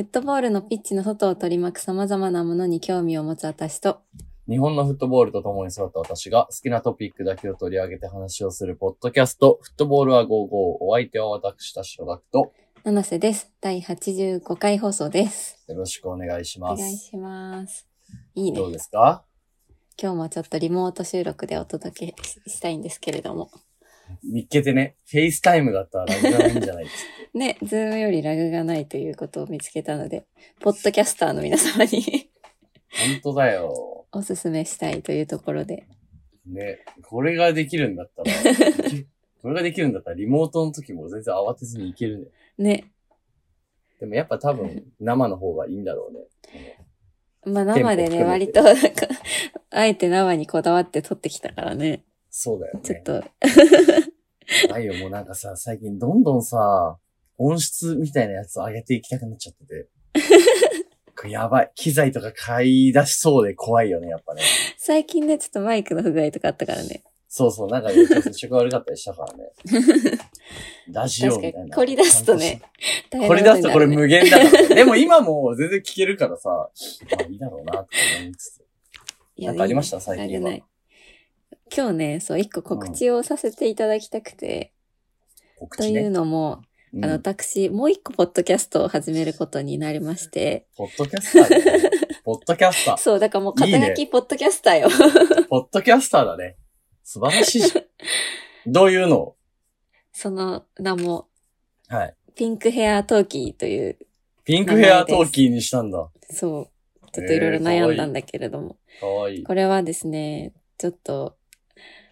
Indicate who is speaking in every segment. Speaker 1: フットボールのピッチの外を取り巻く様々なものに興味を持つ私と、
Speaker 2: 日本のフットボールと共に育った私が好きなトピックだけを取り上げて話をするポッドキャスト、フットボールは55。お相手は私たちのダクと、
Speaker 1: 七瀬です。第85回放送です。
Speaker 2: よろしくお願い
Speaker 1: お
Speaker 2: します。
Speaker 1: 願いします。いいね
Speaker 2: どう。ですか
Speaker 1: 今日もちょっとリモート収録でお届けししたいんですけれども。
Speaker 2: 見っけてね、フェイスタイムだったらラグがないんじゃないですか。
Speaker 1: ね、ズームよりラグがないということを見つけたので、ポッドキャスターの皆様に
Speaker 2: 本当だよ。
Speaker 1: おすすめしたいというところで。
Speaker 2: ね、これができるんだったら、 これができるんだったらリモートの時も全然慌てずにいけるね。
Speaker 1: ね。
Speaker 2: でもやっぱ多分生の方がいいんだろうね。
Speaker 1: まあ生でね、
Speaker 2: テンポ含め
Speaker 1: 割
Speaker 2: て
Speaker 1: と、なんか、あえて生にこだわって撮ってきたからね。
Speaker 2: そうだよね。
Speaker 1: ちょっと、
Speaker 2: ないよ、もうなんかさ、最近どんどんさ、音質みたいなやつ上げていきたくなっちゃっ てて。これやばい。機材とか買い出しそうで怖いよね、やっぱね。
Speaker 1: 最近ね、ちょっとマイクの不具合とかあったからね。
Speaker 2: そうそう、なんかね、ちょっと接触悪かったりしたからね。 ラジオみた
Speaker 1: 確
Speaker 2: い
Speaker 1: かに
Speaker 2: な。
Speaker 1: 凝り出すとね大変
Speaker 2: 凝り出すとこれ
Speaker 1: なことになるね
Speaker 2: 無限だから、ね。でも今もう全然聞けるからさ、まあいいだろうな、とか思いつつ。
Speaker 1: いや
Speaker 2: なんかありました
Speaker 1: いい
Speaker 2: 最近
Speaker 1: あ
Speaker 2: は
Speaker 1: れない今日ね、そう、一個告知をさせていただきたくて、
Speaker 2: 告
Speaker 1: と
Speaker 2: 知
Speaker 1: いう
Speaker 2: ね。
Speaker 1: のも、
Speaker 2: うん
Speaker 1: あの、私、もう一個ポッドキャストを始めることになりまして、
Speaker 2: ポッドキャスターだね。ポッドキャスター。
Speaker 1: そう、だからもう肩
Speaker 2: いい
Speaker 1: 書き
Speaker 2: ね
Speaker 1: ポッドキャスターよ。
Speaker 2: ポッドキャスターだね。素晴らしいじゃん。 どういうのを
Speaker 1: その名も、
Speaker 2: はい。
Speaker 1: ピンクヘアトーキーという、
Speaker 2: ピンクヘアトーキーにしたんだ。
Speaker 1: そう、ちょっといろいろ悩んだんだけれども、
Speaker 2: かわいい。
Speaker 1: これはですね、ちょっと、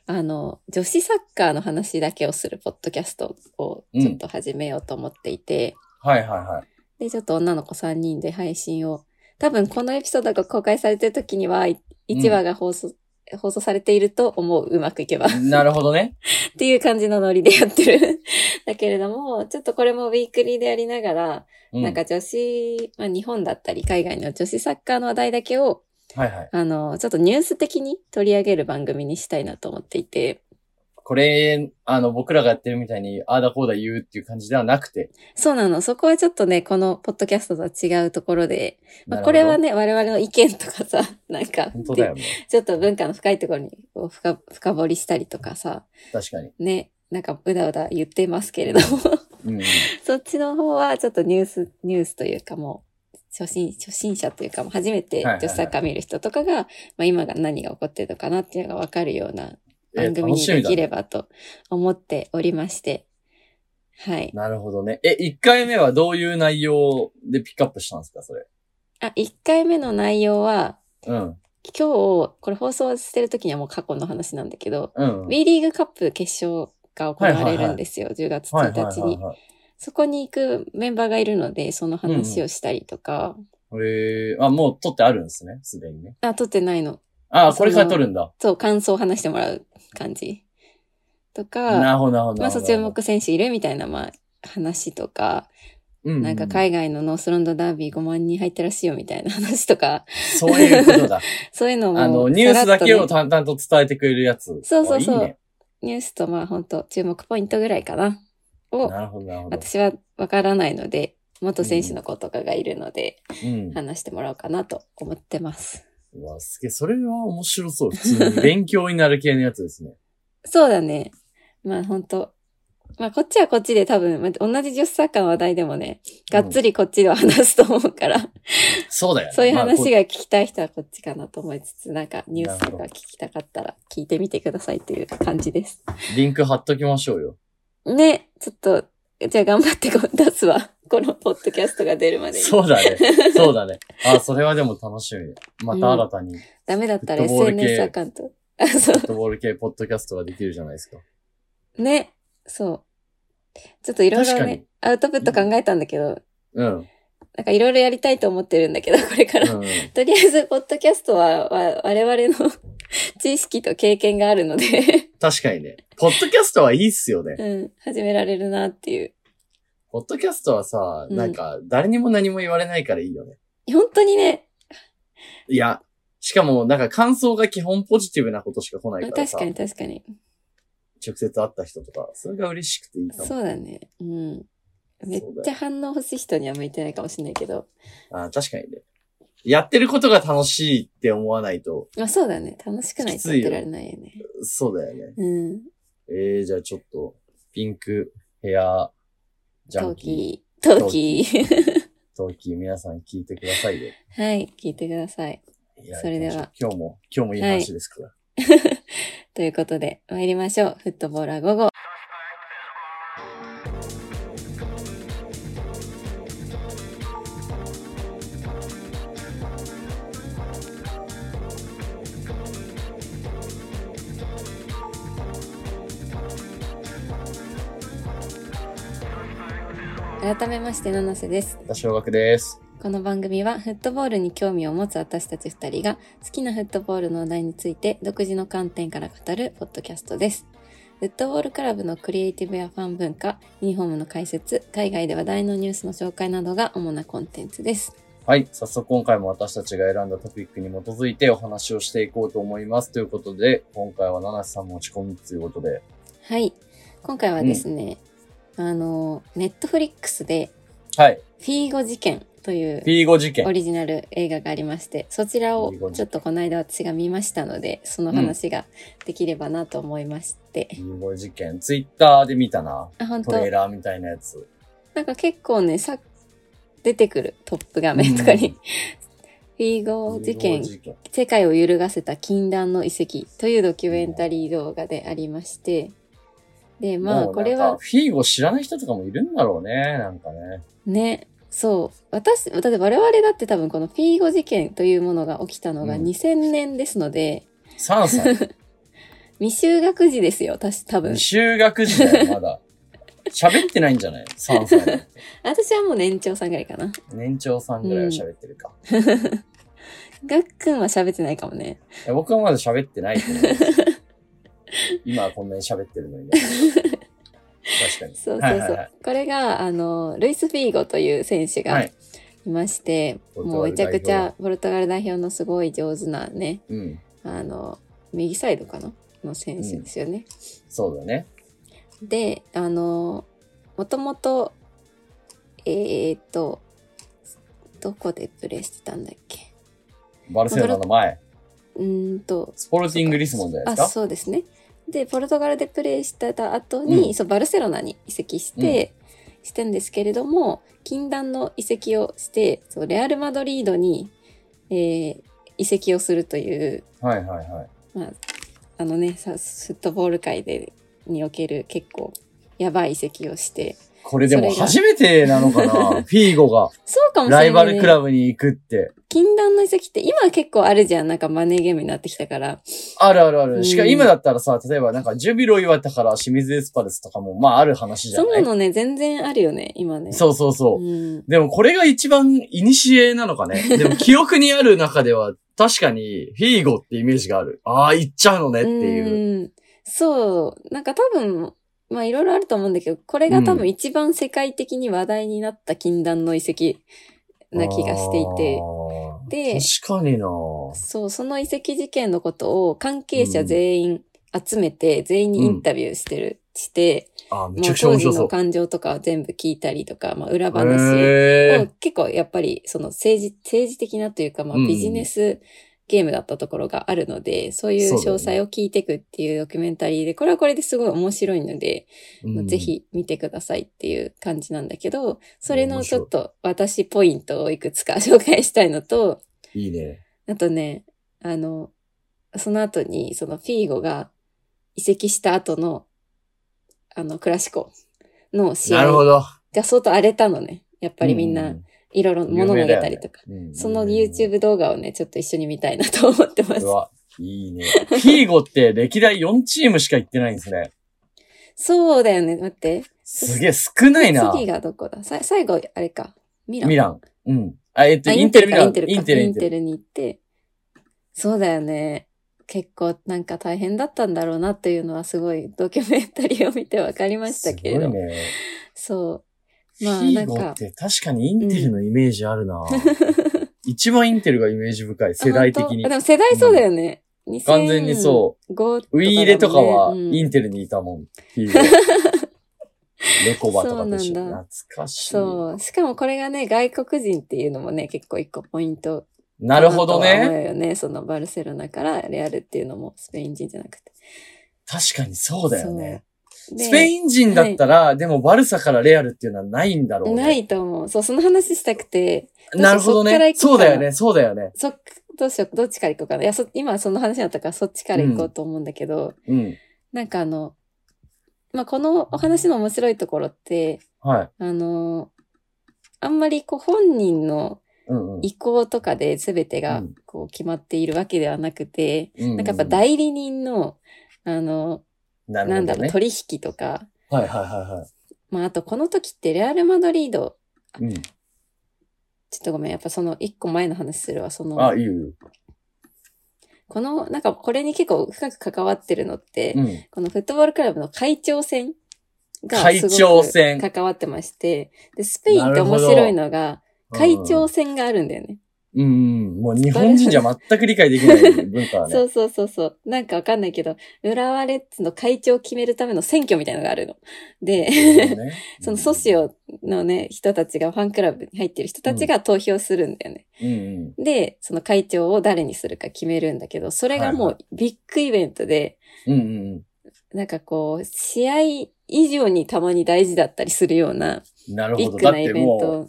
Speaker 1: あの、女子サッカーの話だけをするポッドキャストをちょっと始めようと思っていて、
Speaker 2: はいはいはい。
Speaker 1: で、ちょっと女の子3人で配信を、多分このエピソードが公開されてる時には、1話が放送、放送されていると思う。うまくいけば。っ
Speaker 2: なるほどね。
Speaker 1: ていう感じのノリでやってる。 だけれども、ちょっとこれもウィークリーでやりながら、
Speaker 2: うん、
Speaker 1: なんか女子、まあ日本だったり海外の女子サッカーの話題だけを、
Speaker 2: はいはい。
Speaker 1: あの、ちょっとニュース的に取り上げる番組にしたいなと思っていて、
Speaker 2: これ、あの、僕らがやってるみたいに、ああだこうだ言うっていう感じではなくて。
Speaker 1: そうなの。そこはちょっとね、このポッドキャストとは違うところで、まあ、
Speaker 2: なるほど
Speaker 1: これは。ね、我々の意見とかさ、なんか、
Speaker 2: 本当だよね。
Speaker 1: ちょっと文化の深いところにこう深深掘りしたりとかさ、
Speaker 2: 確かに。
Speaker 1: ね、なんかうだうだ言ってますけれども、
Speaker 2: うんうん。
Speaker 1: そっちの方はちょっとニュース、ニュースというかもう、初心、初心者というかもう初めて
Speaker 2: はいはいはい
Speaker 1: 女子サッカー見る人とかが、まあ今が何が起こってるのかなっていうのがわかるような
Speaker 2: え
Speaker 1: 番組
Speaker 2: 楽
Speaker 1: に
Speaker 2: しみ
Speaker 1: で
Speaker 2: だ
Speaker 1: き
Speaker 2: ね、
Speaker 1: ればと思っておりまして、はい。
Speaker 2: なるほどね。え、1回目はどういう内容でピックアップしたんですか、それ。
Speaker 1: あ、1回目の内容は、
Speaker 2: うん。
Speaker 1: 今日、これ放送してる時にはもう過去の話なんだけど、
Speaker 2: うん。
Speaker 1: WE リーグカップ決勝が行われるんですよ、10月1日に。
Speaker 2: はい。
Speaker 1: そこに行くメンバーがいるので、その話をしたりとか、
Speaker 2: えー、あ、もう撮ってあるんですね、すでにね。
Speaker 1: あ、撮ってないの。
Speaker 2: あ、これから撮るんだ。
Speaker 1: そう、感想を話してもらう感じ。と
Speaker 2: な
Speaker 1: か、
Speaker 2: るほど、なるほど。
Speaker 1: まあ、そう注目選手いるみたいな、まあ、話とか、
Speaker 2: うん。
Speaker 1: なんか海外のノースロンドダービー5万人入ったらしいよみたいな話とか、
Speaker 2: そういうこ とだ。
Speaker 1: そういうのも、
Speaker 2: あの、ニュースだけ
Speaker 1: さら
Speaker 2: を
Speaker 1: っとね
Speaker 2: 淡々と伝えてくれるやつ。
Speaker 1: そうそうそう
Speaker 2: あいいね
Speaker 1: ニュースとまあ、本当注目ポイントぐらいかな。を、
Speaker 2: なるほど、なるほど。
Speaker 1: 私はわからないので、元選手の子とかがいるので、
Speaker 2: うん。
Speaker 1: 話してもらおうかなと思ってます。
Speaker 2: うわ、すげえ、それは面白そう。普通に勉強になる系のやつですね。
Speaker 1: そうだね。まあ本当まあこっちはこっちで多分、まあ同じ女子サッカーの話題でもね、 がっつりこっちでは話すと思う から、
Speaker 2: そうだよね。
Speaker 1: そういう
Speaker 2: まあ
Speaker 1: 話が
Speaker 2: こ
Speaker 1: 聞きたい人はこっちかなと思いつつ、なんかニュースとか聞きたかったら聞いてみてくださいという感じです。
Speaker 2: うリンク貼っときましょ うよ。
Speaker 1: ね、ちょっと、じゃあ頑張ってこう出すわ。 このポッドキャストが出るまでに。
Speaker 2: そうだね。そうだね。あ、それはでも楽しみ。また新たに、フ
Speaker 1: ダメだったら
Speaker 2: フットボール系
Speaker 1: SNS アカウント。あ、そう。
Speaker 2: ットボール系ポッドキャストができるじゃないですか。
Speaker 1: ね、そう。ちょっといろいろ
Speaker 2: 確か
Speaker 1: ね
Speaker 2: に、
Speaker 1: アウトプット考えたんだけど、
Speaker 2: うん。うん。
Speaker 1: なんかいろいろやりたいと思ってるんだけど、 これから。とりあえず、ポッドキャストは、わ我々の 知識と経験があるので、
Speaker 2: 確かにね。ポッドキャストはいいっすよね。
Speaker 1: うん、始められるなっていう。
Speaker 2: ポッドキャストはさ、
Speaker 1: うん
Speaker 2: なんか、誰にも何も言われないからいいよね。
Speaker 1: 本当にね、
Speaker 2: いや、しかも、なんか感想が基本ポジティブなことしか来ないから
Speaker 1: 確
Speaker 2: さ。
Speaker 1: かに確かに。
Speaker 2: 直接会った人とか、それが嬉しくていいかも。
Speaker 1: そうだね。うん。めっちゃ反応欲しい人には向いてないかもしれないけど。
Speaker 2: あー確かにね。やってることが楽しいって思わないと、
Speaker 1: まあそうだね。楽しくないとやってられないよね。
Speaker 2: そうだよね。
Speaker 1: うん。
Speaker 2: えー、じゃあちょっと、ピンクヘアジャ
Speaker 1: ト
Speaker 2: ン
Speaker 1: ー
Speaker 2: キ
Speaker 1: キー。トーキー。
Speaker 2: ー、トーキー、皆さん聞いてくださいよ。
Speaker 1: はい。聞いてください。
Speaker 2: いや
Speaker 1: それでは。
Speaker 2: 今日も、今日もいい話ですから。
Speaker 1: ということで、参りましょう。フットボールは午後。改めまして、七瀬です。
Speaker 2: 田小学です。
Speaker 1: この番組はフットボールに興味を持つ私たち二人が好きなフットボールの話題について独自の観点から語るポッドキャストです。フットボールクラブのクリエイティブやファン文化、ユニフォームの解説、海外で話題のニュースの紹介などが主なコンテンツです。
Speaker 2: はい。早速今回も私たちが選んだトピックに基づいてお話をしていこうと思います。ということで、今回は七瀬さん持ち込みということで。
Speaker 1: はい。今回はですね、あの、ネットフリックスで
Speaker 2: はい。
Speaker 1: フィーゴ事件という
Speaker 2: フィーゴ事
Speaker 1: オ
Speaker 2: 件。
Speaker 1: リジナル映画がありまして、そちらをちょっとこの間私が見ましたので、その話ができればなと思いまして。
Speaker 2: フィーゴ事件。ツイッターで見たな。
Speaker 1: あ、本
Speaker 2: ト
Speaker 1: 当。
Speaker 2: レーラーみたいなやつ。
Speaker 1: なんか結構ね、さ、出てくるトップ画面とかに、
Speaker 2: うん
Speaker 1: フィーゴ事件
Speaker 2: フィーゴ、事件。
Speaker 1: 世界を揺るがせた禁断の遺跡というドキュメンタリー動画でありまして、で、まあ
Speaker 2: もうなんか
Speaker 1: これは
Speaker 2: フィーゴ知らない人とかもいるんだろうね。なんかね。
Speaker 1: ね、そう、私、だって我々だって多分このフィーゴ事件というものが起きたのが
Speaker 2: うん
Speaker 1: 2000年ですので、
Speaker 2: 3歳。
Speaker 1: 未就学児ですよ、私多分。
Speaker 2: 未就学時代まだ。喋ってないんじゃない ?3 歳なんて。
Speaker 1: 私はもう年長さんぐらいかな。
Speaker 2: 年長さんぐらいは喋ってるか。
Speaker 1: がっくんは喋ってないかもね。
Speaker 2: え僕はまだ喋ってないと 思います。今はこんなに喋ってるのに。確かに。
Speaker 1: そうそうそう。
Speaker 2: はいはいはい
Speaker 1: これが、あの、ルイス・フィーゴという選手が、
Speaker 2: はい。
Speaker 1: いまして、
Speaker 2: ポルト
Speaker 1: もう
Speaker 2: ガ
Speaker 1: め
Speaker 2: ル
Speaker 1: ち
Speaker 2: 代
Speaker 1: ゃ
Speaker 2: 表
Speaker 1: くちゃポルトガル代表のすごい上手なね、
Speaker 2: うん。
Speaker 1: あの、右サイドかなの選手ですよね。
Speaker 2: そうだね。
Speaker 1: で、あの、もともと、えーっと、どこでプレーしてたんだっけ
Speaker 2: バルセロナの前、
Speaker 1: うーんと、
Speaker 2: スポルティングリスモンじゃ
Speaker 1: あ、
Speaker 2: ないですか
Speaker 1: そうですね。で、ポルトガルでプレーしてた後に、
Speaker 2: うん
Speaker 1: そう、バルセロナに移籍して、してんですけれども、禁断の移籍をして、そう、レアル・マドリードに、えー移籍をするという、
Speaker 2: はいはいはい。
Speaker 1: まあ、あのね、さフットボール界で、における結構、やばい移籍をして、
Speaker 2: これでも
Speaker 1: それが
Speaker 2: 初めてな のかなフィーゴが
Speaker 1: そうかもしれな
Speaker 2: ラ
Speaker 1: い、
Speaker 2: イ
Speaker 1: ね。
Speaker 2: バルクラブに行くって。
Speaker 1: 禁断の移籍って、今は結構あるじゃん。なんかマネーゲームになってきたから。
Speaker 2: あるあるあ
Speaker 1: う
Speaker 2: る。
Speaker 1: ん
Speaker 2: しかも今だったらさ、例えばなんかジュビロ岩田から清水エスパルスとかも、まあある話じゃ
Speaker 1: そん
Speaker 2: な
Speaker 1: ないのね、全然あるよね、今ね。
Speaker 2: そうそうそう。
Speaker 1: うん。
Speaker 2: でもこれが一番イニシエなのかね。でも記憶にある中では確かにフィーゴってイメージがある。ああ、行っちゃうのねっていう。
Speaker 1: うん。そう。なんか多分、まあいろいろあると思うんだけど、これが多分一番世界的に話題になった禁断の遺跡な気がしていて。で
Speaker 2: あー確かにな
Speaker 1: そう、その遺跡事件のことを関係者全員集めて、全員にインタビューしてる、して、
Speaker 2: あーめち
Speaker 1: も
Speaker 2: ゃ
Speaker 1: う
Speaker 2: くちゃ
Speaker 1: 当
Speaker 2: 面
Speaker 1: 時
Speaker 2: 白そ
Speaker 1: の
Speaker 2: う。
Speaker 1: 感情とかを全部聞いたりとか、まあ裏話を
Speaker 2: え
Speaker 1: 結構やっぱりその政治、政治的なというか、まあ
Speaker 2: うん
Speaker 1: ビジネスゲームだったところがあるので、そういう詳細を聞いていくっていうドキュメンタリーで、これはこれですごい面白いので、
Speaker 2: ー
Speaker 1: ぜ。ひ見てくださいっていう感じなんだけど、それ
Speaker 2: 面
Speaker 1: のち
Speaker 2: 白い
Speaker 1: ょっと私ポイントをいくつか紹介したいのと、
Speaker 2: うんいいね。
Speaker 1: あとね、あの、その後にそのフィーゴが移籍した後の、あの、クラシコの試
Speaker 2: なるほ
Speaker 1: 合
Speaker 2: ど。やっ
Speaker 1: が相当荒れたのね。やっぱりみんな、いろいろ物投げたりとか。その YouTube 動画をね、ちょっと一緒に見たいなと思ってます
Speaker 2: う。わ、いいね。フィーゴって歴代4チームしか行ってないんですね。
Speaker 1: そうだよね。待って。
Speaker 2: すげえ少ないな。
Speaker 1: 次がどこださ最後、あれか。ミラン
Speaker 2: ミラン。うん。あ、えっと、
Speaker 1: あ
Speaker 2: インテルミ
Speaker 1: か
Speaker 2: ラン。
Speaker 1: インテルか
Speaker 2: インテル、イ
Speaker 1: イ
Speaker 2: ン
Speaker 1: ン
Speaker 2: テ
Speaker 1: テ
Speaker 2: ル。
Speaker 1: ルに行って。そうだよね。結構なんか大変だったんだろうなっていうのはすごいドキュメンタリーを見てわかりましたけれど。
Speaker 2: すごいね。
Speaker 1: そう。まあ
Speaker 2: ヒ
Speaker 1: な
Speaker 2: ー
Speaker 1: んか
Speaker 2: ゴって確かにインテルのイメージあるな、 一番インテルがイメージ深い、世代的に
Speaker 1: あ。でも世代そうだよね。2005。
Speaker 2: 完全にそうう。ウィーレとかは
Speaker 1: う
Speaker 2: イ
Speaker 1: ん
Speaker 2: ンテルにいたもん。ヒーゴ猫バとかと一緒
Speaker 1: そう
Speaker 2: に
Speaker 1: なん
Speaker 2: 懐かしい。
Speaker 1: そう。しかもこれがね、外国人っていうのもね、結構一個ポイント。
Speaker 2: なるほどね。。
Speaker 1: よね。そのバルセロナからレアルっていうのもスペイン人じゃなくて。
Speaker 2: 確かにそうだよね。
Speaker 1: そう。で
Speaker 2: スペイン人だったら、でもバルサからレアルっていうのはないんだろうね。
Speaker 1: ないと思う。そう、その話したくて、
Speaker 2: なるほどね。
Speaker 1: ど
Speaker 2: そ
Speaker 1: うしようそっから行く
Speaker 2: う
Speaker 1: かな
Speaker 2: だよね、そうだよね。
Speaker 1: そっ、どうしよう、どっちから行こうかな。いや、そ、今その話だったからそっちから行こうと思うんだけど、
Speaker 2: うん。
Speaker 1: なんかあの、まあ、このお話の面白いところって、
Speaker 2: はい。
Speaker 1: あの、あんまりこう本人の
Speaker 2: うんうん。
Speaker 1: 意向とかで全て
Speaker 2: う
Speaker 1: が
Speaker 2: ん
Speaker 1: こう決まっているわけではなくて、
Speaker 2: うん
Speaker 1: なんかやっぱ代理人の、あの、
Speaker 2: なるほ
Speaker 1: な
Speaker 2: ど
Speaker 1: んだろう、
Speaker 2: ね。
Speaker 1: 取引とか、
Speaker 2: はいはいはいは
Speaker 1: まあ、あとこの時ってレアル・マドリード、
Speaker 2: い。うん。
Speaker 1: ちょっとごめん、やっぱその一個前の話するわ、その
Speaker 2: あ、、いいよいいよ。
Speaker 1: この、なんかこれに結構深く関わってるのって、
Speaker 2: うん。
Speaker 1: このフットボールクラブの会長選が
Speaker 2: 会長選
Speaker 1: すごく関わってまして、で、スペインって面白いのが、会長
Speaker 2: うん
Speaker 1: 選があるんだよね。
Speaker 2: うん。もう日本人じゃ全く理解できない文化はね。
Speaker 1: そうそうそうそう。なんかわかんないけど、浦和レッズの会長を決めるための選挙みたいなのがあるの。で、
Speaker 2: ね
Speaker 1: そのソシ。オのね、人たちが、ファンクラブに入ってる人たちが投票するんだよね。
Speaker 2: うんうん。
Speaker 1: で、その会長を誰にするか決めるんだけど、それがも
Speaker 2: は
Speaker 1: うビッグイベントで、
Speaker 2: うんうん
Speaker 1: なんかこう、試合以上にたまに大事だったりするような、
Speaker 2: うん。なる
Speaker 1: ビッ
Speaker 2: ほど。
Speaker 1: グ
Speaker 2: だっ
Speaker 1: なイ
Speaker 2: て
Speaker 1: ベン
Speaker 2: もう、
Speaker 1: ト。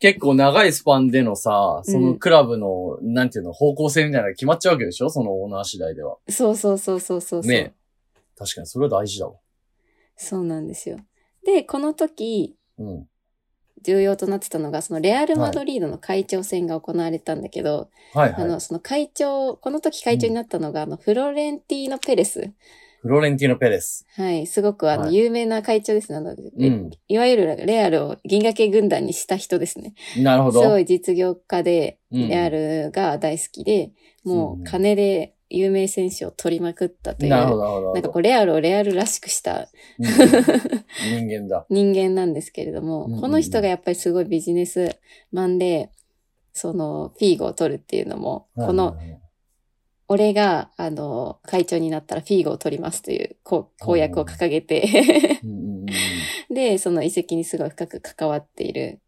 Speaker 2: 結構長いスパンでのさ、そのクラブの、なんていうの、方向性みたいなのが決まっちゃうわけでしょそのオーナー次第では。
Speaker 1: そうそうそうそうそうそう。
Speaker 2: ね確かに、それは大事だわ。
Speaker 1: そうなんですよ。で、この時、
Speaker 2: うん。
Speaker 1: 重要となってたのが、そのレアル・マドリードの会長選が行われたんだけど、
Speaker 2: はい
Speaker 1: あ
Speaker 2: は
Speaker 1: の、
Speaker 2: い。
Speaker 1: その会長、この時会長になったのが、あの、フロレンティーノ・ペレス。
Speaker 2: フロレンティーノ・ペレス。
Speaker 1: はい、すごくあの、
Speaker 2: はい
Speaker 1: 有名な会長ですね。あの、え
Speaker 2: うん
Speaker 1: いわゆるレアルを銀河系軍団にした人ですね。
Speaker 2: なるほ
Speaker 1: す
Speaker 2: ど。
Speaker 1: ごい実業家で、
Speaker 2: うん
Speaker 1: レアルが大好きで、も
Speaker 2: うん
Speaker 1: う金で有名選手を取りまくったという。
Speaker 2: なるほど、なるほど。
Speaker 1: なんかこう、レアルをレアルらしくした
Speaker 2: うん人間だ。
Speaker 1: 人間なんですけれども、
Speaker 2: うんうんうん
Speaker 1: この人がやっぱりすごいビジネスマンで、その、フィーゴを取るっていうのも、 この、
Speaker 2: はいはいはい、
Speaker 1: 俺が、あの、会長になったらフィーゴを取りますというこう公約を掲げて、
Speaker 2: うんうんうん
Speaker 1: で、その遺跡にすごい深く関わっている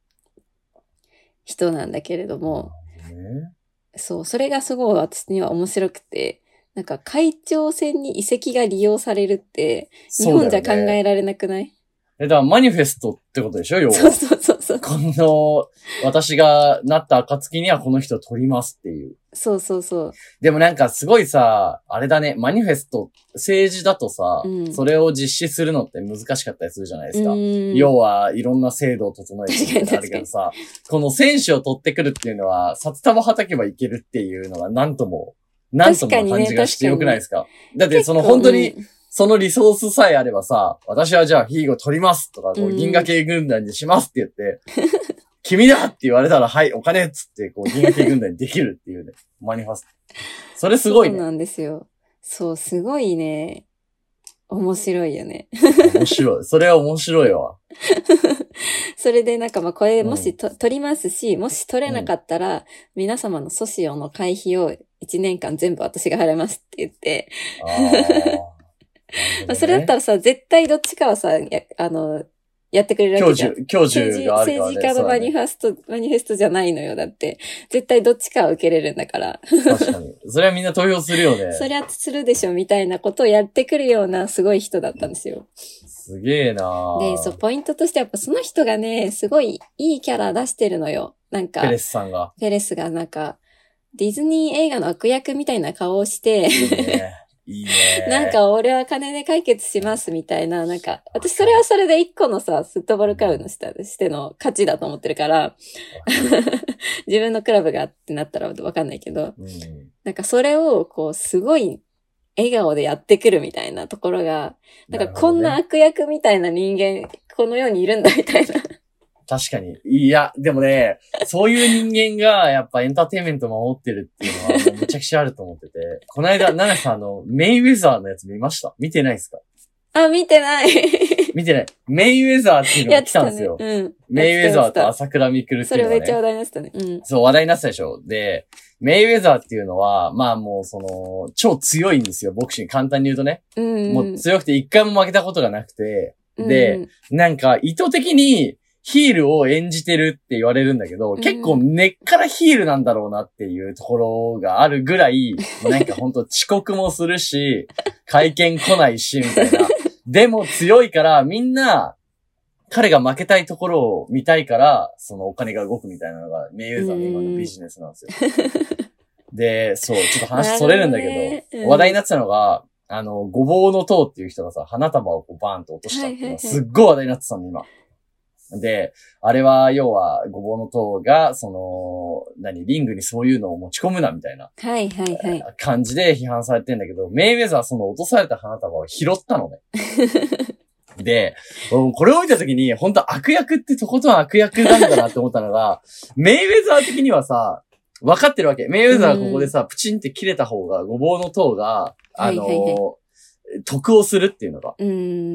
Speaker 1: 人なんだけれども、
Speaker 2: ね
Speaker 1: そう、それがすごい私には面白くて、なんか会長選に遺跡が利用されるって、日
Speaker 2: そう
Speaker 1: 本じ
Speaker 2: だ
Speaker 1: ゃ
Speaker 2: よね
Speaker 1: 考えられなくない
Speaker 2: え、だからマニフェストってことでしょ要
Speaker 1: そう
Speaker 2: は。
Speaker 1: そうそうそう。
Speaker 2: この、私がなった暁にはこの人を取りますっていう。
Speaker 1: そうそうそう。
Speaker 2: でもなんかすごいさ、あれだね、マニフェスト、政治だとさ、
Speaker 1: うん
Speaker 2: それを実施するのって難しかったりするじゃないですか。
Speaker 1: うん
Speaker 2: 要はいろんな制度を整えてるってあるけどさ、この選手を取ってくるっていうのは、札束はたけばいけるっていうのがなんとも、なんともな感じがしてよくないですかだってその本当に、、そのリソースさえあればさ、私はじゃあヒーゴ取りますとか、こう
Speaker 1: うん
Speaker 2: 銀河系軍団にしますって言って、 君だって言われたら、はい、お金っつって、 こう、銀河系軍団にできるっていうね、マニファスト。それすごい
Speaker 1: そう
Speaker 2: ね。
Speaker 1: なんですよ。そう、すごいね。面白いよね。
Speaker 2: 面白い。それは面白いわ。
Speaker 1: それでなんかまあこれ
Speaker 2: うん
Speaker 1: もしと、取りますし、もし取れなかったら、皆様のソシオの会費を1年間全部私が払いますって言って、
Speaker 2: あーなるほど
Speaker 1: まあ
Speaker 2: ね
Speaker 1: それだったらさ、絶対どっちかはさ、やあの、やってくれるわ
Speaker 2: 教
Speaker 1: けじゃん。
Speaker 2: 授、教
Speaker 1: 政
Speaker 2: 授
Speaker 1: 治
Speaker 2: があるから
Speaker 1: 政
Speaker 2: ね。
Speaker 1: 治家のマニファスト、マニフェストじゃないのよ。だって、絶対どっちかは受けれるんだから、
Speaker 2: そうだね確かに。それはみんな投票するよ ね。
Speaker 1: そりゃするでしょみたいなことをやってくるようなすごい人だったんですよ。
Speaker 2: すげえなー
Speaker 1: で、そう、ポイントとしてやっぱその人がね、すごいいいキャラ出してるのよ。なんか、ペ
Speaker 2: ペレ
Speaker 1: レス
Speaker 2: スさんが。
Speaker 1: がなんか、ディズニー映画の悪役みたいな顔をして、
Speaker 2: いいね。いいね。
Speaker 1: なん、か俺は金で解決しますみたいな、なんか、私それはそれで一個のさ、フットボールクラブの下しての価値だと思ってるから、 自分のクラブがってなったらわかんないけど、
Speaker 2: うん、
Speaker 1: なんかそれをこう、すごい笑顔でやってくるみたいなところが、なんかこんな
Speaker 2: るほど
Speaker 1: 悪
Speaker 2: ね
Speaker 1: 役みたいな人間、この世にいるんだみたいな。
Speaker 2: 確かに。いや、でもね、そういう人間が、やっぱエンターテインメント守ってるっていうのは、もうめちゃくちゃあると思ってて。 この間、ナナさん、あの、メイウェザーのやつ見ました見てないですか
Speaker 1: あ、見てない。
Speaker 2: 見てない。メイウェザーっていう の
Speaker 1: やっ
Speaker 2: が
Speaker 1: て
Speaker 2: 来た
Speaker 1: た
Speaker 2: ん
Speaker 1: ね。
Speaker 2: ですよ。
Speaker 1: うん。
Speaker 2: メイウェザーと
Speaker 1: やって
Speaker 2: 朝倉未来
Speaker 1: た
Speaker 2: って
Speaker 1: そ
Speaker 2: いう
Speaker 1: れ
Speaker 2: のが
Speaker 1: め
Speaker 2: ね。
Speaker 1: っちゃ話題になってたね。うん。
Speaker 2: そう、話題になってたでしょ。で、メイウェザーっていうのは、まあもうその、超強いんですよ、ボクシング。簡単に言うとね。
Speaker 1: うん、うん。
Speaker 2: もう強くて一回も負けたことがなくて、で、
Speaker 1: うん
Speaker 2: なんか意図的にヒールを演じてるって言われるんだけど、
Speaker 1: ん
Speaker 2: 結構根っからヒールなんだろうなっていうところがあるぐらい、なんかほんと遅刻もするし、 会見来ないし、みたいな。でも強いからみんな、彼が負けたいところを見たいから、そのお金が動くみたいなのが、名誉座の今のビジネスなんですよ。 で、そう、ちょっと話それるんだけど、
Speaker 1: なるほどねうん
Speaker 2: 話題になってたのが、あの、ごぼうの塔っていう人がさ、花束をこうバーンと落としたっていうの
Speaker 1: は
Speaker 2: が
Speaker 1: いはいはい
Speaker 2: すっごい話題になってたの、今。で、あれは、要は、ごぼうの塔が、その、何、リングにそういうのを持ち込むな、みたいな
Speaker 1: はいはいはい。
Speaker 2: 感じで批判されてんだけど、メイウェザーはその落とされた花束を拾っ たのね。で、うんこれを見たときに、本当悪役ってとことん悪役なんだなって思ったのが、メイウェザー的にはさ、分かってるわけ。メイウェザーがここでさ、プチンって切れた方が、ごぼうの塔が、あのー
Speaker 1: はいはい
Speaker 2: 得をするっていうのが。
Speaker 1: うー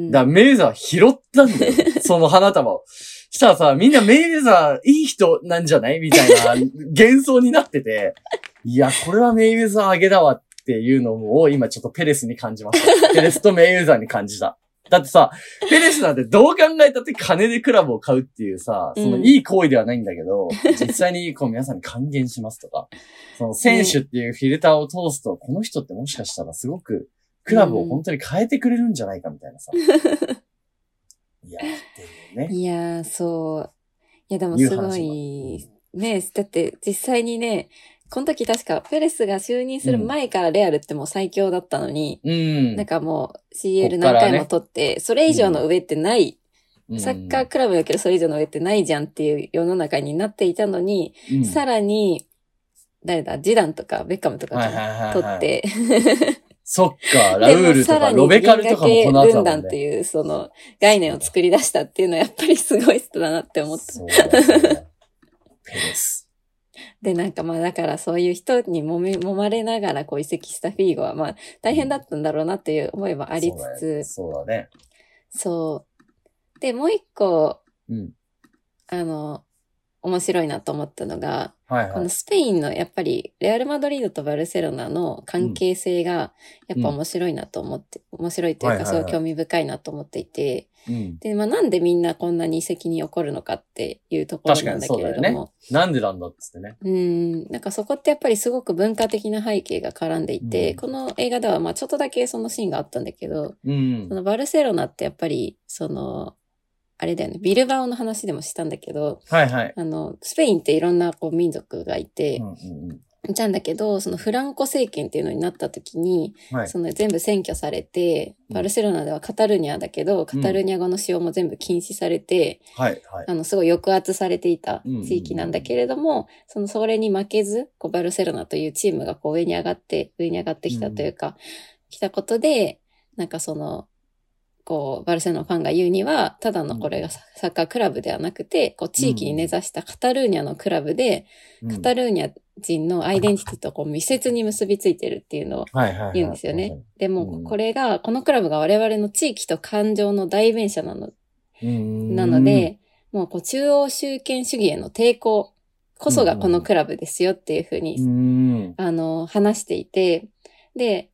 Speaker 1: ん。
Speaker 2: だからメイウェザーは拾ったんだ よ。その花束を。したらさ、みんなメイウェザーいい人なんじゃないみたい な幻想になってて、いや、これはメイウェザーあげだわっていうのを今ちょっとペレスに感じました。ペレスとメイウェザーに感じた。だってさ、ペレスなんてどう考えたって金でクラブを買うっていうさ、その
Speaker 1: うん
Speaker 2: いい行為ではないんだけど、実際にこう皆さんに還元しますとか、その選手っていうフィルターを通すと、この人ってもしかしたらすごくクラブを本当に変えてくれるんじゃないかみたいなさ。いや、っていうね。
Speaker 1: いやー、そう。いや、でも
Speaker 2: いう
Speaker 1: す
Speaker 2: 話もあ
Speaker 1: ご
Speaker 2: る
Speaker 1: い、ね、だって実際にね、この時確かペレスが就任する前からレアルってもう最強だったのに、
Speaker 2: うん。
Speaker 1: なんかもう
Speaker 2: こ
Speaker 1: CL
Speaker 2: っか
Speaker 1: 何
Speaker 2: らね
Speaker 1: 回も取って、それ以上の上ってない、
Speaker 2: うん
Speaker 1: サッカークラブにおけるそれ以上の上ってないじゃんっていう世の中になっていたのに、
Speaker 2: うん
Speaker 1: さらに、誰だ、ジダンとかベッカムとか
Speaker 2: はい
Speaker 1: か
Speaker 2: は
Speaker 1: ない
Speaker 2: はい
Speaker 1: 取
Speaker 2: はい
Speaker 1: って、
Speaker 2: そっか、ラウールとかロベカルとかもこの後
Speaker 1: ルン
Speaker 2: だ
Speaker 1: ダ
Speaker 2: も
Speaker 1: ン
Speaker 2: ん
Speaker 1: って
Speaker 2: ね。
Speaker 1: いう、その、概念を作り出したっていうのはやっぱりすごい人だなって思って。
Speaker 2: そうだねペレス。
Speaker 1: で、なんかまあだからそういう人に揉め、揉まれながらこう移籍したフィーゴはまあ大変だったんだろうなっていう思いもありつつ、
Speaker 2: そうだね。
Speaker 1: そう。で、もう一個、
Speaker 2: そうだねうん。
Speaker 1: あの、面白いなと思ったのが、
Speaker 2: はい
Speaker 1: こ
Speaker 2: は
Speaker 1: の
Speaker 2: い。
Speaker 1: スペインのやっぱりレアル・マドリードとバルセロナの関係性がやっぱ面白いなと思って、面白いという
Speaker 2: はい
Speaker 1: か
Speaker 2: はい
Speaker 1: す
Speaker 2: は
Speaker 1: ご
Speaker 2: い
Speaker 1: い興味深いなと思っていて、
Speaker 2: うん。
Speaker 1: で、まあ、なんでみんなこんなに遺跡に起こるのかっていうところなんだけれ
Speaker 2: 確かにそう
Speaker 1: ど
Speaker 2: だよ
Speaker 1: も。
Speaker 2: なんでなんだっつってね。
Speaker 1: うん。なんかそこってやっぱりすごく文化的な背景が絡んでいて、
Speaker 2: うん
Speaker 1: この映画ではまあちょっとだけそのシーンがあったんだけど、
Speaker 2: うん
Speaker 1: そ。のバルセロナってやっぱり、その、あれだよね、ビルバオの話でもしたんだけど、
Speaker 2: はいはい。
Speaker 1: あの、スペインっていろんなこう民族がいて
Speaker 2: う、んうんうん
Speaker 1: いたんだけど、そのフランコ政権っていうのになった時に、
Speaker 2: はい。
Speaker 1: その全部占拠されて、
Speaker 2: うん
Speaker 1: バルセロナではカタルニアだけど、カタルニア語の使用も全部禁止されて、
Speaker 2: はいはい。
Speaker 1: あの、すごい抑圧されていた
Speaker 2: うんうんうん
Speaker 1: 地域なんだけれども、その、それに負けず、こう、バルセロナというチームがこう、上に上がって、上に上がってきたというか、来たことで、なんかその、こう、バルセロナのファンが言うには、ただのこれがササッカークラブではなくて、こう、地域に根ざしたカタルーニャのクラブで、
Speaker 2: うん
Speaker 1: カタルーニャ人のアイデンティティとこう、密接に結びついてるっていうのを
Speaker 2: はいはいはい。
Speaker 1: 言うんですよね。で
Speaker 2: うん
Speaker 1: も、これが、このクラブが我々の地域と感情の代弁者なの
Speaker 2: うん。
Speaker 1: なので、もうこう中央集権主義への抵抗こそがこのクラブですよっていうふうに、
Speaker 2: うん、
Speaker 1: あの、話していて、で、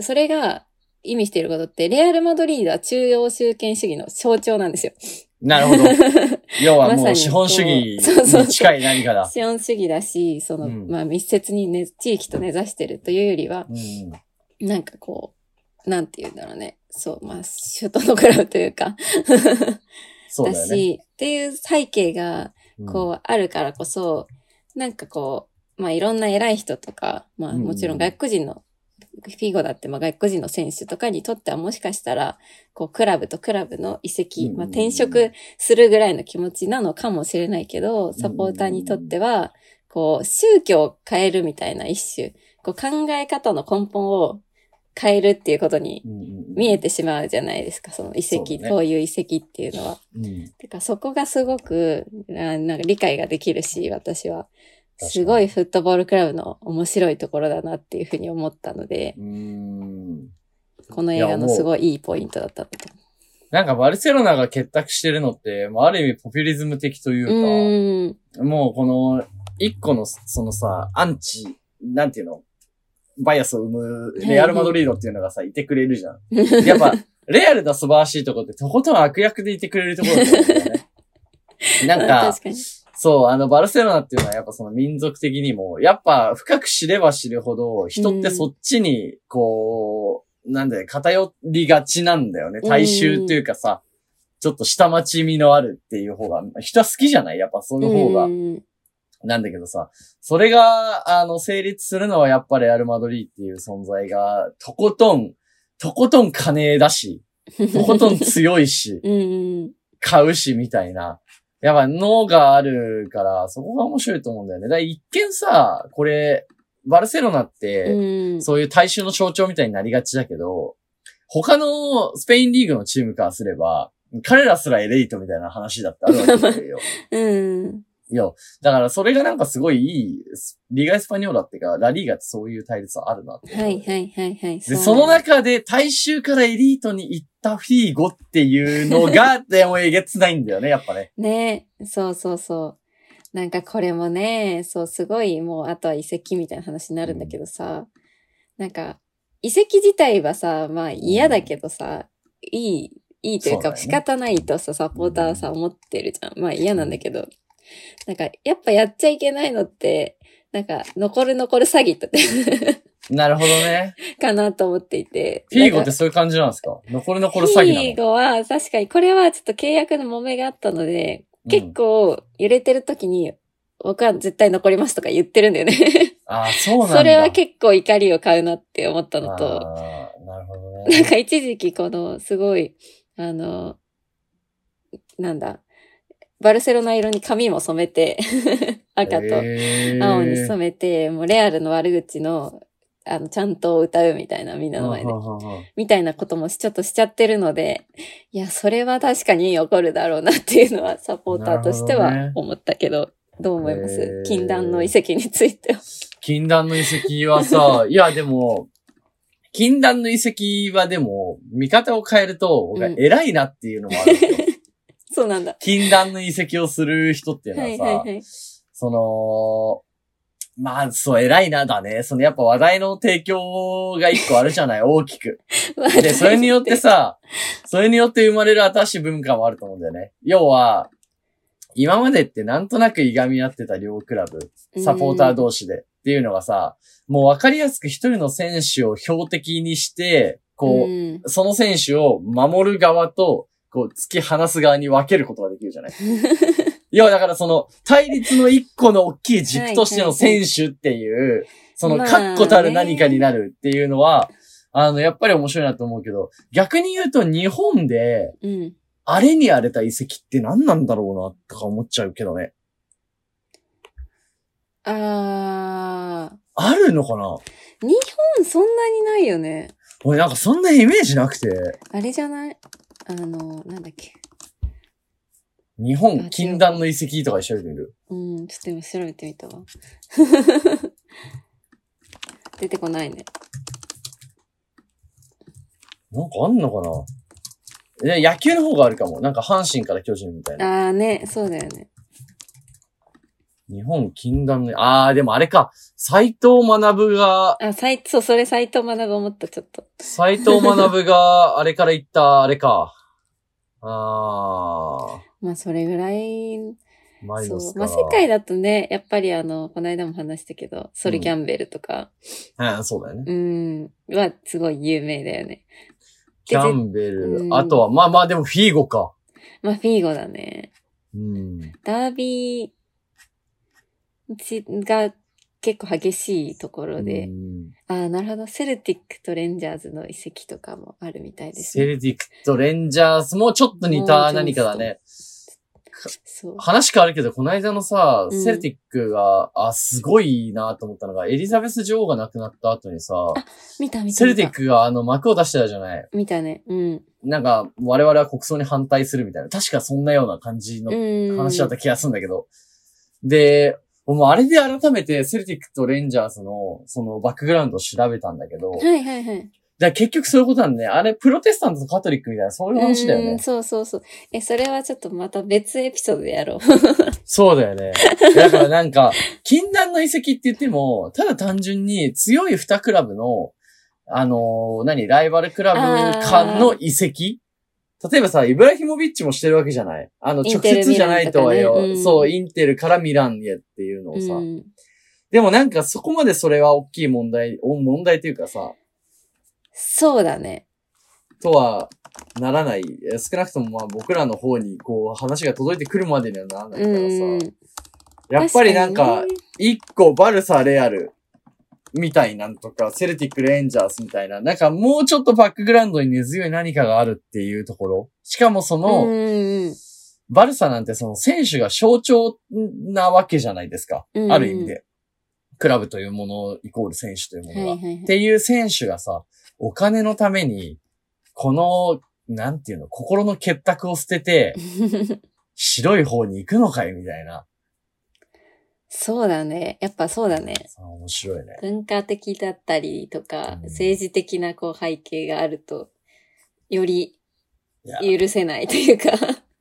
Speaker 1: それが意味していることって、レアル・マドリードは中央集権主義の象徴なんですよ。
Speaker 2: なる ほど。要は
Speaker 1: まさ
Speaker 2: もう
Speaker 1: に
Speaker 2: 資本主義
Speaker 1: そうそうそう
Speaker 2: に近い何かだ。
Speaker 1: 資本主義だし、その、
Speaker 2: うん
Speaker 1: まあ密接にね、地域と根ざしてるというよりは、
Speaker 2: うん
Speaker 1: なんかこう、なんて言うんだろうね。そう、まあ、首都のクラブというか、
Speaker 2: そうだ
Speaker 1: だ
Speaker 2: よね。
Speaker 1: し、っていう背景が、
Speaker 2: うん
Speaker 1: こう、あるからこそ、なんかこう、まあいろんな偉い人とか、まあ
Speaker 2: うんうん
Speaker 1: もちろん外国人の、フィゴだってまあ外国人の選手とかにとってはもしかしたら、こうクラブとクラブの移
Speaker 2: うん
Speaker 1: 籍、
Speaker 2: うんうん
Speaker 1: まあ転職するぐらいの気持ちなのかもしれないけど、サポーターにとっては、こう宗教を変えるみたいな一種、こう考え方の根本を変えるっていうことに
Speaker 2: うんうんうん
Speaker 1: 見えてしまうじゃないですか、その遺
Speaker 2: そう
Speaker 1: 跡、
Speaker 2: だね
Speaker 1: こういう遺跡っていうのは。
Speaker 2: うん
Speaker 1: てか、そこがすごく、あなんか理解ができるし、私は。
Speaker 2: かに
Speaker 1: すごいフットボールクラブの面白いところだなっていうふうに思ったので、
Speaker 2: うーん
Speaker 1: この映画のすごいいいポイントだったなと。
Speaker 2: なんかバルセロナが結託してるのって、まあ、ある意味ポピュリズム的と
Speaker 1: う
Speaker 2: いう
Speaker 1: ーん。
Speaker 2: か、もうこの一個のそのさ、アンチ、なんていうの、バイアスを生むレアル・マドリードっていうのがさ、いてくれるじゃん。やっぱ レアルの素晴らしいとこって、とことん悪役でいてくれるところだと思うんだよね。なん か、
Speaker 1: 確かに。
Speaker 2: そう、あの、バルセロナっていうのはやっぱその民族的にも、やっぱ深く知れば知るほど、人ってそっちに、こう、なんだよ、偏りがちなんだよね。大衆っていうかさ、ちょっと下町味のあるっていう方が、人は好きじゃないやっぱその方が
Speaker 1: う。ん
Speaker 2: なんだけどさ、それが、あの、成立するのはやっぱりアルマドリーっていう存在が、とことん、とことん金だし、とことん強 いし、
Speaker 1: うんうん。
Speaker 2: 買うし、みたいな。やっぱ脳があるから、そこが面白いと思うんだよね。だから一見さ、これ、バルセロナって、
Speaker 1: うん。
Speaker 2: そういう大衆の象徴みたいになりがちだけど、他のスペインリーグのチームからすれば、彼らすらエレイトみたいな話だってある わけだよ。
Speaker 1: うん。
Speaker 2: いや、だからそれがなんかすごいいい、リーガ・エスパニョーラっていうか、ラリーガってそういう対立はあるなって。
Speaker 1: はいはいはいはい。
Speaker 2: で、
Speaker 1: う
Speaker 2: その中で大衆からエリートに行ったフィーゴっていうのが、でもえげつないんだよね、やっぱね。
Speaker 1: ねそうそうそう。なんかこれもね、そうすごいもうあとは遺跡みたいな話になるんだけどさ、なんか遺跡自体はさ、まあ嫌だけどさ、いい、いいという
Speaker 2: そうだよ
Speaker 1: か
Speaker 2: ね
Speaker 1: 仕方ないとさ、サポーターはさ、思ってるじゃん。まあ嫌なんだけど。なんかやっぱやっちゃいけないのって、なんか残る残る詐欺と
Speaker 2: なるほどね。
Speaker 1: かなと思っていて。
Speaker 2: フィー
Speaker 1: な
Speaker 2: ゴっ
Speaker 1: んか
Speaker 2: てそういう感じなんですか残る残る詐欺
Speaker 1: フ
Speaker 2: な
Speaker 1: ィー
Speaker 2: の
Speaker 1: ゴは確かに、これはちょっと契約の揉めがあったので、結構揺れてる時に、僕は絶対残りますとか言ってるんだよね。
Speaker 2: ああ、そうなんだ。
Speaker 1: それは結構怒りを買うなって思ったのと、
Speaker 2: あーなるほど
Speaker 1: なん
Speaker 2: ね。
Speaker 1: か一時期この、すごい、あの、なんだ、バルセロナ色に髪も染めて、赤と
Speaker 2: へー
Speaker 1: 青に染めて、もうレアルの悪口の、あの、ちゃんと歌うみたいな、みんなの前で
Speaker 2: は。ははは
Speaker 1: みたいなこともしちょっとしちゃってるので、いや、それは確かに起こるだろうなっていうのはサポーターとして
Speaker 2: なる
Speaker 1: は
Speaker 2: ほ
Speaker 1: 思ったけど、どう思いま
Speaker 2: へ
Speaker 1: す
Speaker 2: ー
Speaker 1: 禁断の遺跡については。
Speaker 2: 禁断の遺跡はさ、 いやでも、禁断の遺跡はでも、見方を変えると、僕は
Speaker 1: うん
Speaker 2: 偉いなっていうのもあるんですよ。
Speaker 1: そうなんだ。
Speaker 2: 禁断の遺跡をする人っていうの
Speaker 1: は
Speaker 2: はいさ、
Speaker 1: はいはい。
Speaker 2: その、まあ、そう、偉いなだね。そのやっぱ話題の提供が一個あるじゃない、大きく。 で、それによってさ、それによって生まれる新しい文化もあると思うんだよね。要は、今までってなんとなくいがみ合ってた両クラブ、サポーター同士でっていうのがさ、もうわかりやすく一人の選手を標的にして、こう、
Speaker 1: うん
Speaker 2: その選手を守る側と、こう、突き放す側に分けることができるじゃない要はだからその、対立の一個の大きい軸としての選手っていう、その、
Speaker 1: まあ
Speaker 2: 確固たる何かになるっていうのは、あの、やっぱり面白いなと思うけど、逆に言うと日本で、
Speaker 1: うん。
Speaker 2: あれに荒れた遺跡って何なんだろうな、とか思っちゃうけどね。
Speaker 1: あ
Speaker 2: あるのかな
Speaker 1: ー。日本そんなにないよね。
Speaker 2: 俺なんかそんなイメージなくて、
Speaker 1: あれじゃないあの、なんだっけ。あ違
Speaker 2: 日
Speaker 1: う
Speaker 2: 本禁断の遺跡とか一緒にいる。
Speaker 1: うん、ちょっと今調べてみたわ。 出てこないね。
Speaker 2: なんかあんのかなで野球の方があるかも。なんか阪神から巨人みたいな。
Speaker 1: あーね、そうだよね。
Speaker 2: 日本禁断の、あー、でもあれか。斎藤学が、
Speaker 1: あ、斎そう、それ斎藤学が思った、ちょっと。
Speaker 2: 斎藤 学が、あれから言った、あれか。あ
Speaker 1: まあ、それぐらい、
Speaker 2: ー、マリ
Speaker 1: そ
Speaker 2: ノス
Speaker 1: う。
Speaker 2: か
Speaker 1: まあ、世界だとね、やっぱりあの、この間も話したけど、ソル・ギャンベルとか、
Speaker 2: うん、そうだよ
Speaker 1: う
Speaker 2: ね。
Speaker 1: ん、は、すごい有名だよね。
Speaker 2: キャンベル
Speaker 1: う、ん
Speaker 2: あとは、まあまあでもフィーゴか。
Speaker 1: まあ、フィーゴだね。
Speaker 2: うん。
Speaker 1: ダービーちが結構激しいところで、
Speaker 2: うん
Speaker 1: ああ、なるほど。セルティックとレンジャーズの遺跡とかもあるみたいです
Speaker 2: セ
Speaker 1: ね。
Speaker 2: ルディックとレンジャースもちょっと似た何かだね。
Speaker 1: そう。
Speaker 2: 話変わるけど、この間のさ、
Speaker 1: うん
Speaker 2: セルティックが、あ、すごいなと思ったのが、エリザベス女王が亡くなった後にさ、
Speaker 1: 見た見た見た。
Speaker 2: セルティックがあの幕を出してたじゃない
Speaker 1: 見たね。うん。
Speaker 2: なんか、我々は国葬に反対するみたいな。確かそんなような感じの
Speaker 1: うん。
Speaker 2: 話だった気がするんだけど。で、もうあれで改めてセルティックとレンジャーズの、そのバックグラウンドを調べたんだけど、だか
Speaker 1: はいはいはい。
Speaker 2: ら結局そういうことなんだね。あれ、プロテスタントとカトリックみたいな、そういう話だよ
Speaker 1: う
Speaker 2: ね
Speaker 1: ん。そうそうそう。え、それはちょっとまた別エピソードでやろう。
Speaker 2: そうだよね。だからなんか、禁断の遺跡って言っても、ただ単純に強い二クラブの、あのー何、ライバルクラブ間の移籍例えばさ、イブラヒモビッチもしてるわけじゃないあの、
Speaker 1: イン
Speaker 2: 直
Speaker 1: テル
Speaker 2: 接じゃないとはよ、
Speaker 1: ミランとかねうん
Speaker 2: そう、インテルからミランへっていうのをさ。
Speaker 1: うん
Speaker 2: でもなんかそこまでそれは大きい問題、お問題というかさ、
Speaker 1: そうだね。
Speaker 2: とはならない。え少なくともまあ僕らの方にこう話が届いてくるまでにはならないからさ。
Speaker 1: うん。
Speaker 2: やっぱりなん
Speaker 1: 確
Speaker 2: か
Speaker 1: に、ね
Speaker 2: 一個バルサ、レアルみたいなんとか、セルティック、レンジャースみたいな、なんかもうちょっとバックグラウンドに根強い何かがあるっていうところ。しかもその、
Speaker 1: うんうん
Speaker 2: バルサなんてその選手が象徴なわけじゃないですか。
Speaker 1: うん
Speaker 2: ある意味で。クラブというものイコール選手というも
Speaker 1: はい
Speaker 2: の
Speaker 1: は
Speaker 2: が。
Speaker 1: いはい
Speaker 2: っ。ていう選手がさ、お金のために、この、なんていうの、心の結託を捨てて、白い方に行くのかいみたいな。
Speaker 1: そうだね。やっぱそうだね。
Speaker 2: さあ面白いね。
Speaker 1: 文化的だったりとか
Speaker 2: う、ん
Speaker 1: 政治的なこう背景があると、より
Speaker 2: いや
Speaker 1: 許せないという か、っ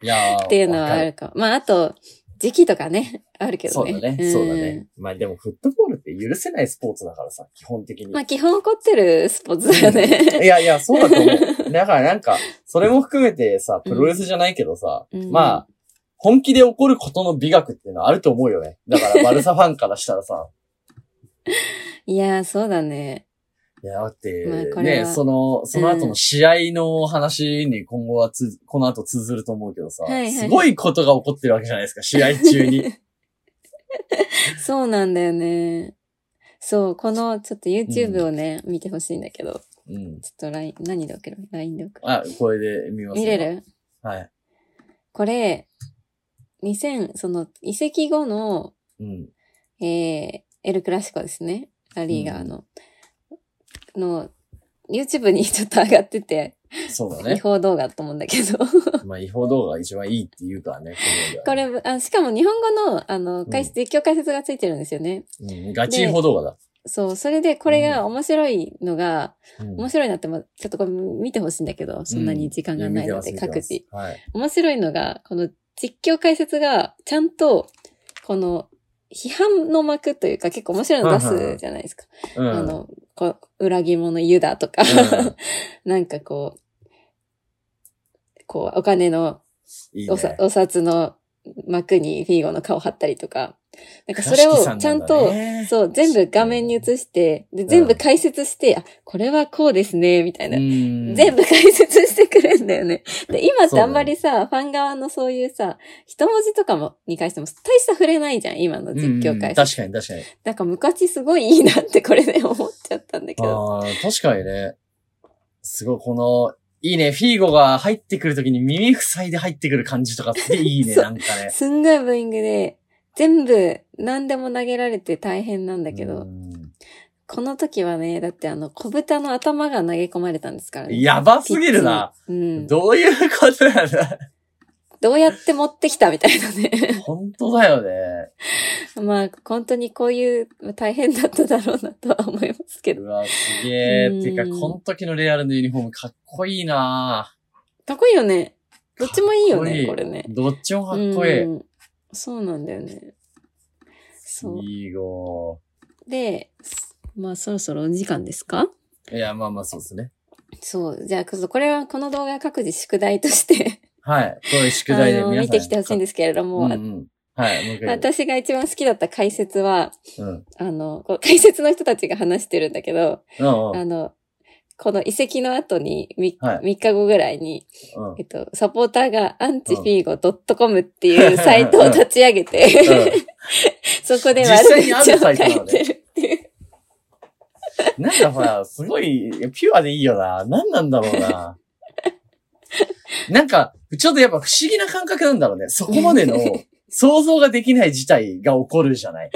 Speaker 2: いやー
Speaker 1: ていうのは
Speaker 2: わか
Speaker 1: あ
Speaker 2: る
Speaker 1: るかも。まあ、あと、時期とかね、あるけ
Speaker 2: そ
Speaker 1: ど
Speaker 2: う
Speaker 1: ね。
Speaker 2: だね、
Speaker 1: ん
Speaker 2: そうだね。。まあでもフットボールって許せないスポーツだからさ、基本的に。
Speaker 1: まあ、基本怒ってるスポーツだよ
Speaker 2: い
Speaker 1: ね。
Speaker 2: やいや、そうだと思 う。だからなんか、それも含めてさ、プロレスじゃないけどさ、
Speaker 1: うん
Speaker 2: まあ、本気で起こることの美学っていうのはあると思うよね。だから、バルサファンからしたらさ、
Speaker 1: いや、そうだね。
Speaker 2: いや、だって、
Speaker 1: まあこれ
Speaker 2: ね、
Speaker 1: は
Speaker 2: その、その後の試合の話に今後はつ、この後通ずると思うけどさ、
Speaker 1: はいはい
Speaker 2: すごいことが起こってるわけじゃないですか、試合中 に。
Speaker 1: そうなんだよね。そう、この、ちょっと YouTube をね、見てほしいんだけど、
Speaker 2: うん。
Speaker 1: ちょっと LINE、何で送る ?LINE で送る。
Speaker 2: あ、これで見ます、
Speaker 1: 見れる
Speaker 2: はい。
Speaker 1: これ、2000、その、移籍後の、
Speaker 2: うん。
Speaker 1: えー、エルクラシコですね。ラリーガーの、の、YouTube にちょっと上がってて、
Speaker 2: そうだ
Speaker 1: 違
Speaker 2: ね。
Speaker 1: 法動画だと思うんだけど。
Speaker 2: まあ、違法動画が一番いいっていうか らね、
Speaker 1: こ
Speaker 2: これ
Speaker 1: れあ、しかも日本語の、あの、解説、実況解説がついてるんですよね。
Speaker 2: うん、ガチ違法動画だ。
Speaker 1: そう、それでこれが面白いのが、
Speaker 2: うん
Speaker 1: 面白いなって、まあちょっとこれ見てほしいんだけど、そんなに時間がないので、
Speaker 2: うん
Speaker 1: 各自。。
Speaker 2: 見てます見てますはい。
Speaker 1: 面白いのが、この実況解説が、ちゃんと、この、批判の幕というか、結構面白いの出すじゃないですか。
Speaker 2: うん。
Speaker 1: あの、こう裏切り者ユダとか、 なんかこう、こう、お金の
Speaker 2: うん、いい
Speaker 1: おさ
Speaker 2: ね。
Speaker 1: お札の幕にフィーゴの顔貼ったりとか、なんかそれをちゃんと、
Speaker 2: 倉敷さなんだね
Speaker 1: そう、全部画面に映して、で、全部解説して、あ、これはこうですね、みたいな。
Speaker 2: うん
Speaker 1: 全部解説してくれんだよね。で、今ってあんまりさ、ファン側のそういうさ、一文字とかも、に関しても、大した触れないじゃん、今の実況
Speaker 2: うん
Speaker 1: 解説。
Speaker 2: 確かに確かに。
Speaker 1: なんか昔すごいいいなってこれで思っちゃったんだけど。
Speaker 2: ああ、確かにね。すごい、この、いいね。フィーゴが入ってくるときに耳塞いで入ってくる感じとかすげえいいね、
Speaker 1: そう
Speaker 2: なんかね。
Speaker 1: すんごいブーイングで、全部、何でも投げられて大変なんだけ
Speaker 2: う
Speaker 1: ど、
Speaker 2: ん
Speaker 1: この時はね、だってあの、小豚の頭が投げ込まれたんですからね。
Speaker 2: やばすぎるな。
Speaker 1: ピッチに。うん。
Speaker 2: どういうことなんだ
Speaker 1: どうやって持ってきたみたいなね。
Speaker 2: 本当だよね。
Speaker 1: まあ、本当にこういう、大変だっただろうなとは思いますけど
Speaker 2: う。わ、すげえ。
Speaker 1: うん
Speaker 2: てか、この時のレアルのユニフォームかっこいいな
Speaker 1: かっこいいよね。どっちもいいよね、
Speaker 2: か
Speaker 1: こ
Speaker 2: っ
Speaker 1: れね。
Speaker 2: どっちもかっこいい。
Speaker 1: うんそうなんだよね。そう。
Speaker 2: いいご
Speaker 1: で、すまあそろそろお時間ですか
Speaker 2: いや、まあまあそうですね。
Speaker 1: そう。じゃあ、こそこれはこの動画各自宿題として、
Speaker 2: はい。こういう宿
Speaker 1: あ
Speaker 2: 題で
Speaker 1: の、
Speaker 2: 皆さん。
Speaker 1: 見てきてほしいんですけれども、
Speaker 2: うんうん。はい。もう一回。
Speaker 1: 私が一番好きだった解説は、
Speaker 2: うん。うん
Speaker 1: あの、こう 解説の人たちが話してるんだけど、
Speaker 2: うん。
Speaker 1: あの、この遺跡の後に 3,
Speaker 2: はい
Speaker 1: 日後ぐらいに、
Speaker 2: うん
Speaker 1: えっと、サポーターがアンチフィーゴ .com っていうサイトを立ち上げて、 そこで悪口を書いてるっていう。
Speaker 2: うん。なんかほら、すごい、ピュアでいいよな。何なんだろうな。 なんか、ちょっとやっぱ不思議な感覚なんだろうね。そこまでの想像ができない事態が起こるじゃない。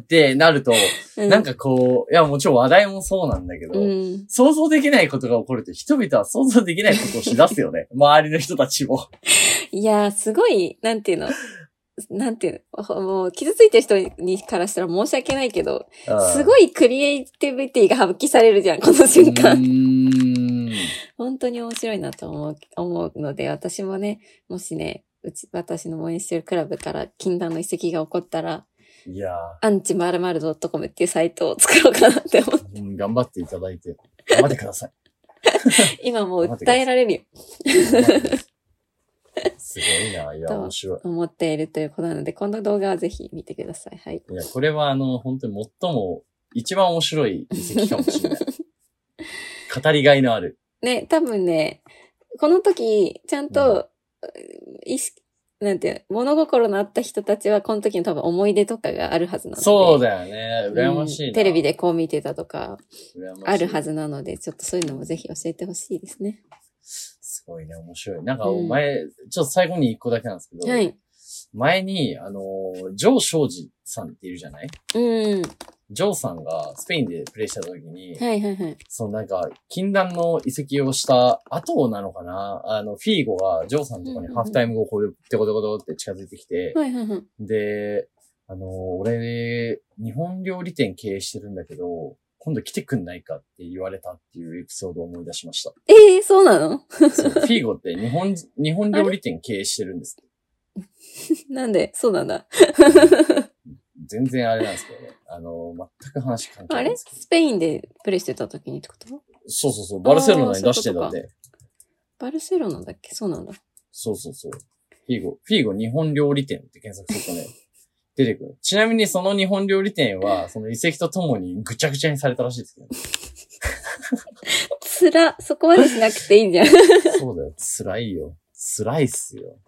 Speaker 2: ってなると、
Speaker 1: う
Speaker 2: なん、かこう、いやもちろん話題もそうなんだけど、
Speaker 1: うん。
Speaker 2: 想像できないことが起こると人々は想像できないことをしだす よね。周りの人たちも。
Speaker 1: いやー、すごい、なんていうの。なんていうのもう、傷ついてる人にからしたら申し訳ないけど、す
Speaker 2: い
Speaker 1: ごいクリエイティビティが発揮されるじゃん、この瞬
Speaker 2: う
Speaker 1: 間。
Speaker 2: ーん
Speaker 1: 本当に面白いなと思う、思うので、私もね、もしね、うち、私の応援してるクラブから禁断の遺跡が起こったら、
Speaker 2: いや
Speaker 1: アンチまるまる .com っていうサイトを作ろうかなって 思う。
Speaker 2: ー、うん頑張っていただいて、頑張ってくださ い。
Speaker 1: 今もう訴えられるよ。
Speaker 2: 頑張ってくださいすごいな。いや、面白い。
Speaker 1: 思っているということなので、この動画はぜひ見てください。はい。
Speaker 2: いや、これはあの、本当に最も、一番面白い遺跡かもし れない。語りがいのある。
Speaker 1: ね、多分ね、この時、ちゃんと、意識、なんていうの、物心のあった人たちは、この時の多分思い出とかがあるはずなので。
Speaker 2: そう
Speaker 1: だ。
Speaker 2: だよね。羨ましいな、
Speaker 1: テレビでこう見てたとか、
Speaker 2: 羨ましい
Speaker 1: あるはずなので、ちょっとそういうのもぜひ教えてほしいですね。
Speaker 2: すごいね、面白い。なんか、お前、ちょっと最後に一個だけなんですけど、
Speaker 1: はい。
Speaker 2: 前に、あのー、ジョー・ショージさんっているじゃない
Speaker 1: うん。
Speaker 2: ジョーさんがスペインでプレイした時に、
Speaker 1: はいはいはい。
Speaker 2: そのなんか、禁断の移籍をした後なのかなあの、フィーゴがジョーさんとかにハーフタイム後こう、てこてこてこって近づいてきて、
Speaker 1: はいはいはい。
Speaker 2: で、あのー、俺、日本料理店経営してるんだけど、今度来てくんないかって言われたっていうエピソードを思い出しました。
Speaker 1: ええー、そうなの
Speaker 2: そうフィーゴって日本、日本料理店経営してるんです。
Speaker 1: なんでそうなんだ。
Speaker 2: 全然あれなんですけどね。あの、全く話関係な
Speaker 1: あ
Speaker 2: いん
Speaker 1: れ
Speaker 2: ですけど。
Speaker 1: スペインでプレイしてた時にってこと
Speaker 2: そうそうそう。バルセロナに出してたんで。
Speaker 1: バルセロナだっけそうなんだ。
Speaker 2: そうそうそう。フィーゴ、フィーゴ日本料理店って検索するとね、 出てくる。ちなみにその日本料理店は、その遺跡とともにぐちゃぐちゃにされたらしいですけど、
Speaker 1: つら、そこまでしなくていい じゃん。
Speaker 2: そうだよ。辛いよ。辛いっすよ。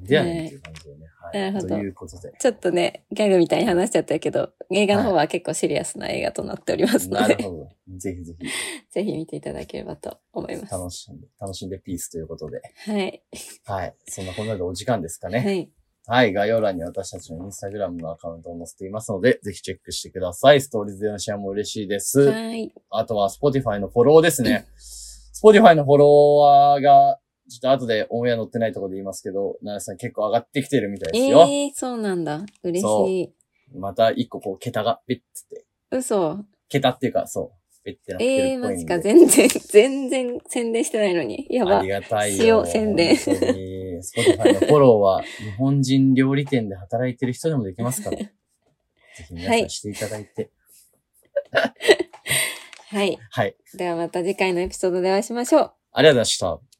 Speaker 2: ではね、っていう感じでね。はい。
Speaker 1: なるほど
Speaker 2: ということで。
Speaker 1: ちょっとね、ギャグみたいに話しちゃったけど、映画の方は結構シリアスな映画となっておりますの
Speaker 2: な
Speaker 1: で、
Speaker 2: るほど。ぜひぜひ、
Speaker 1: ぜひ見ていただければと思います。
Speaker 2: 楽しんで、楽しんでピースということで。
Speaker 1: はい。
Speaker 2: はい。そんなこんなでお時間ですかね。
Speaker 1: はい。
Speaker 2: はい。概要欄に私たちのインスタグラムのアカウントを載せていますので、ぜひチェックしてください。ストーリーズでのシェアも嬉しいです。
Speaker 1: はい。
Speaker 2: あとは、Spotify のフォローですね。Spotify のフォロワーが、ちょっと後でオンエア載ってないところで言いますけど、奈良さん結構上がってきてるみたいですよ。
Speaker 1: ええー、そうなんだ。嬉
Speaker 2: そ
Speaker 1: しい。
Speaker 2: また一個こう、桁が、べっつって。
Speaker 1: 嘘。
Speaker 2: 桁っていうか、そう。べってなって
Speaker 1: ええ
Speaker 2: る
Speaker 1: ー、
Speaker 2: っぽ
Speaker 1: マ
Speaker 2: い
Speaker 1: ジ
Speaker 2: んで。
Speaker 1: か。全然、全然宣伝してないのに。や
Speaker 2: あ
Speaker 1: ば
Speaker 2: り。がたい
Speaker 1: しよ
Speaker 2: よ。
Speaker 1: う宣伝
Speaker 2: 本当に Spotify のフォローは、日本人料理店で働いてる人でもできま すから。ぜひ皆
Speaker 1: は
Speaker 2: さん
Speaker 1: い
Speaker 2: していただいて。
Speaker 1: はい。
Speaker 2: はい。
Speaker 1: ではまた次回のエピソードでお会いしましょう。
Speaker 2: ありがとうございました。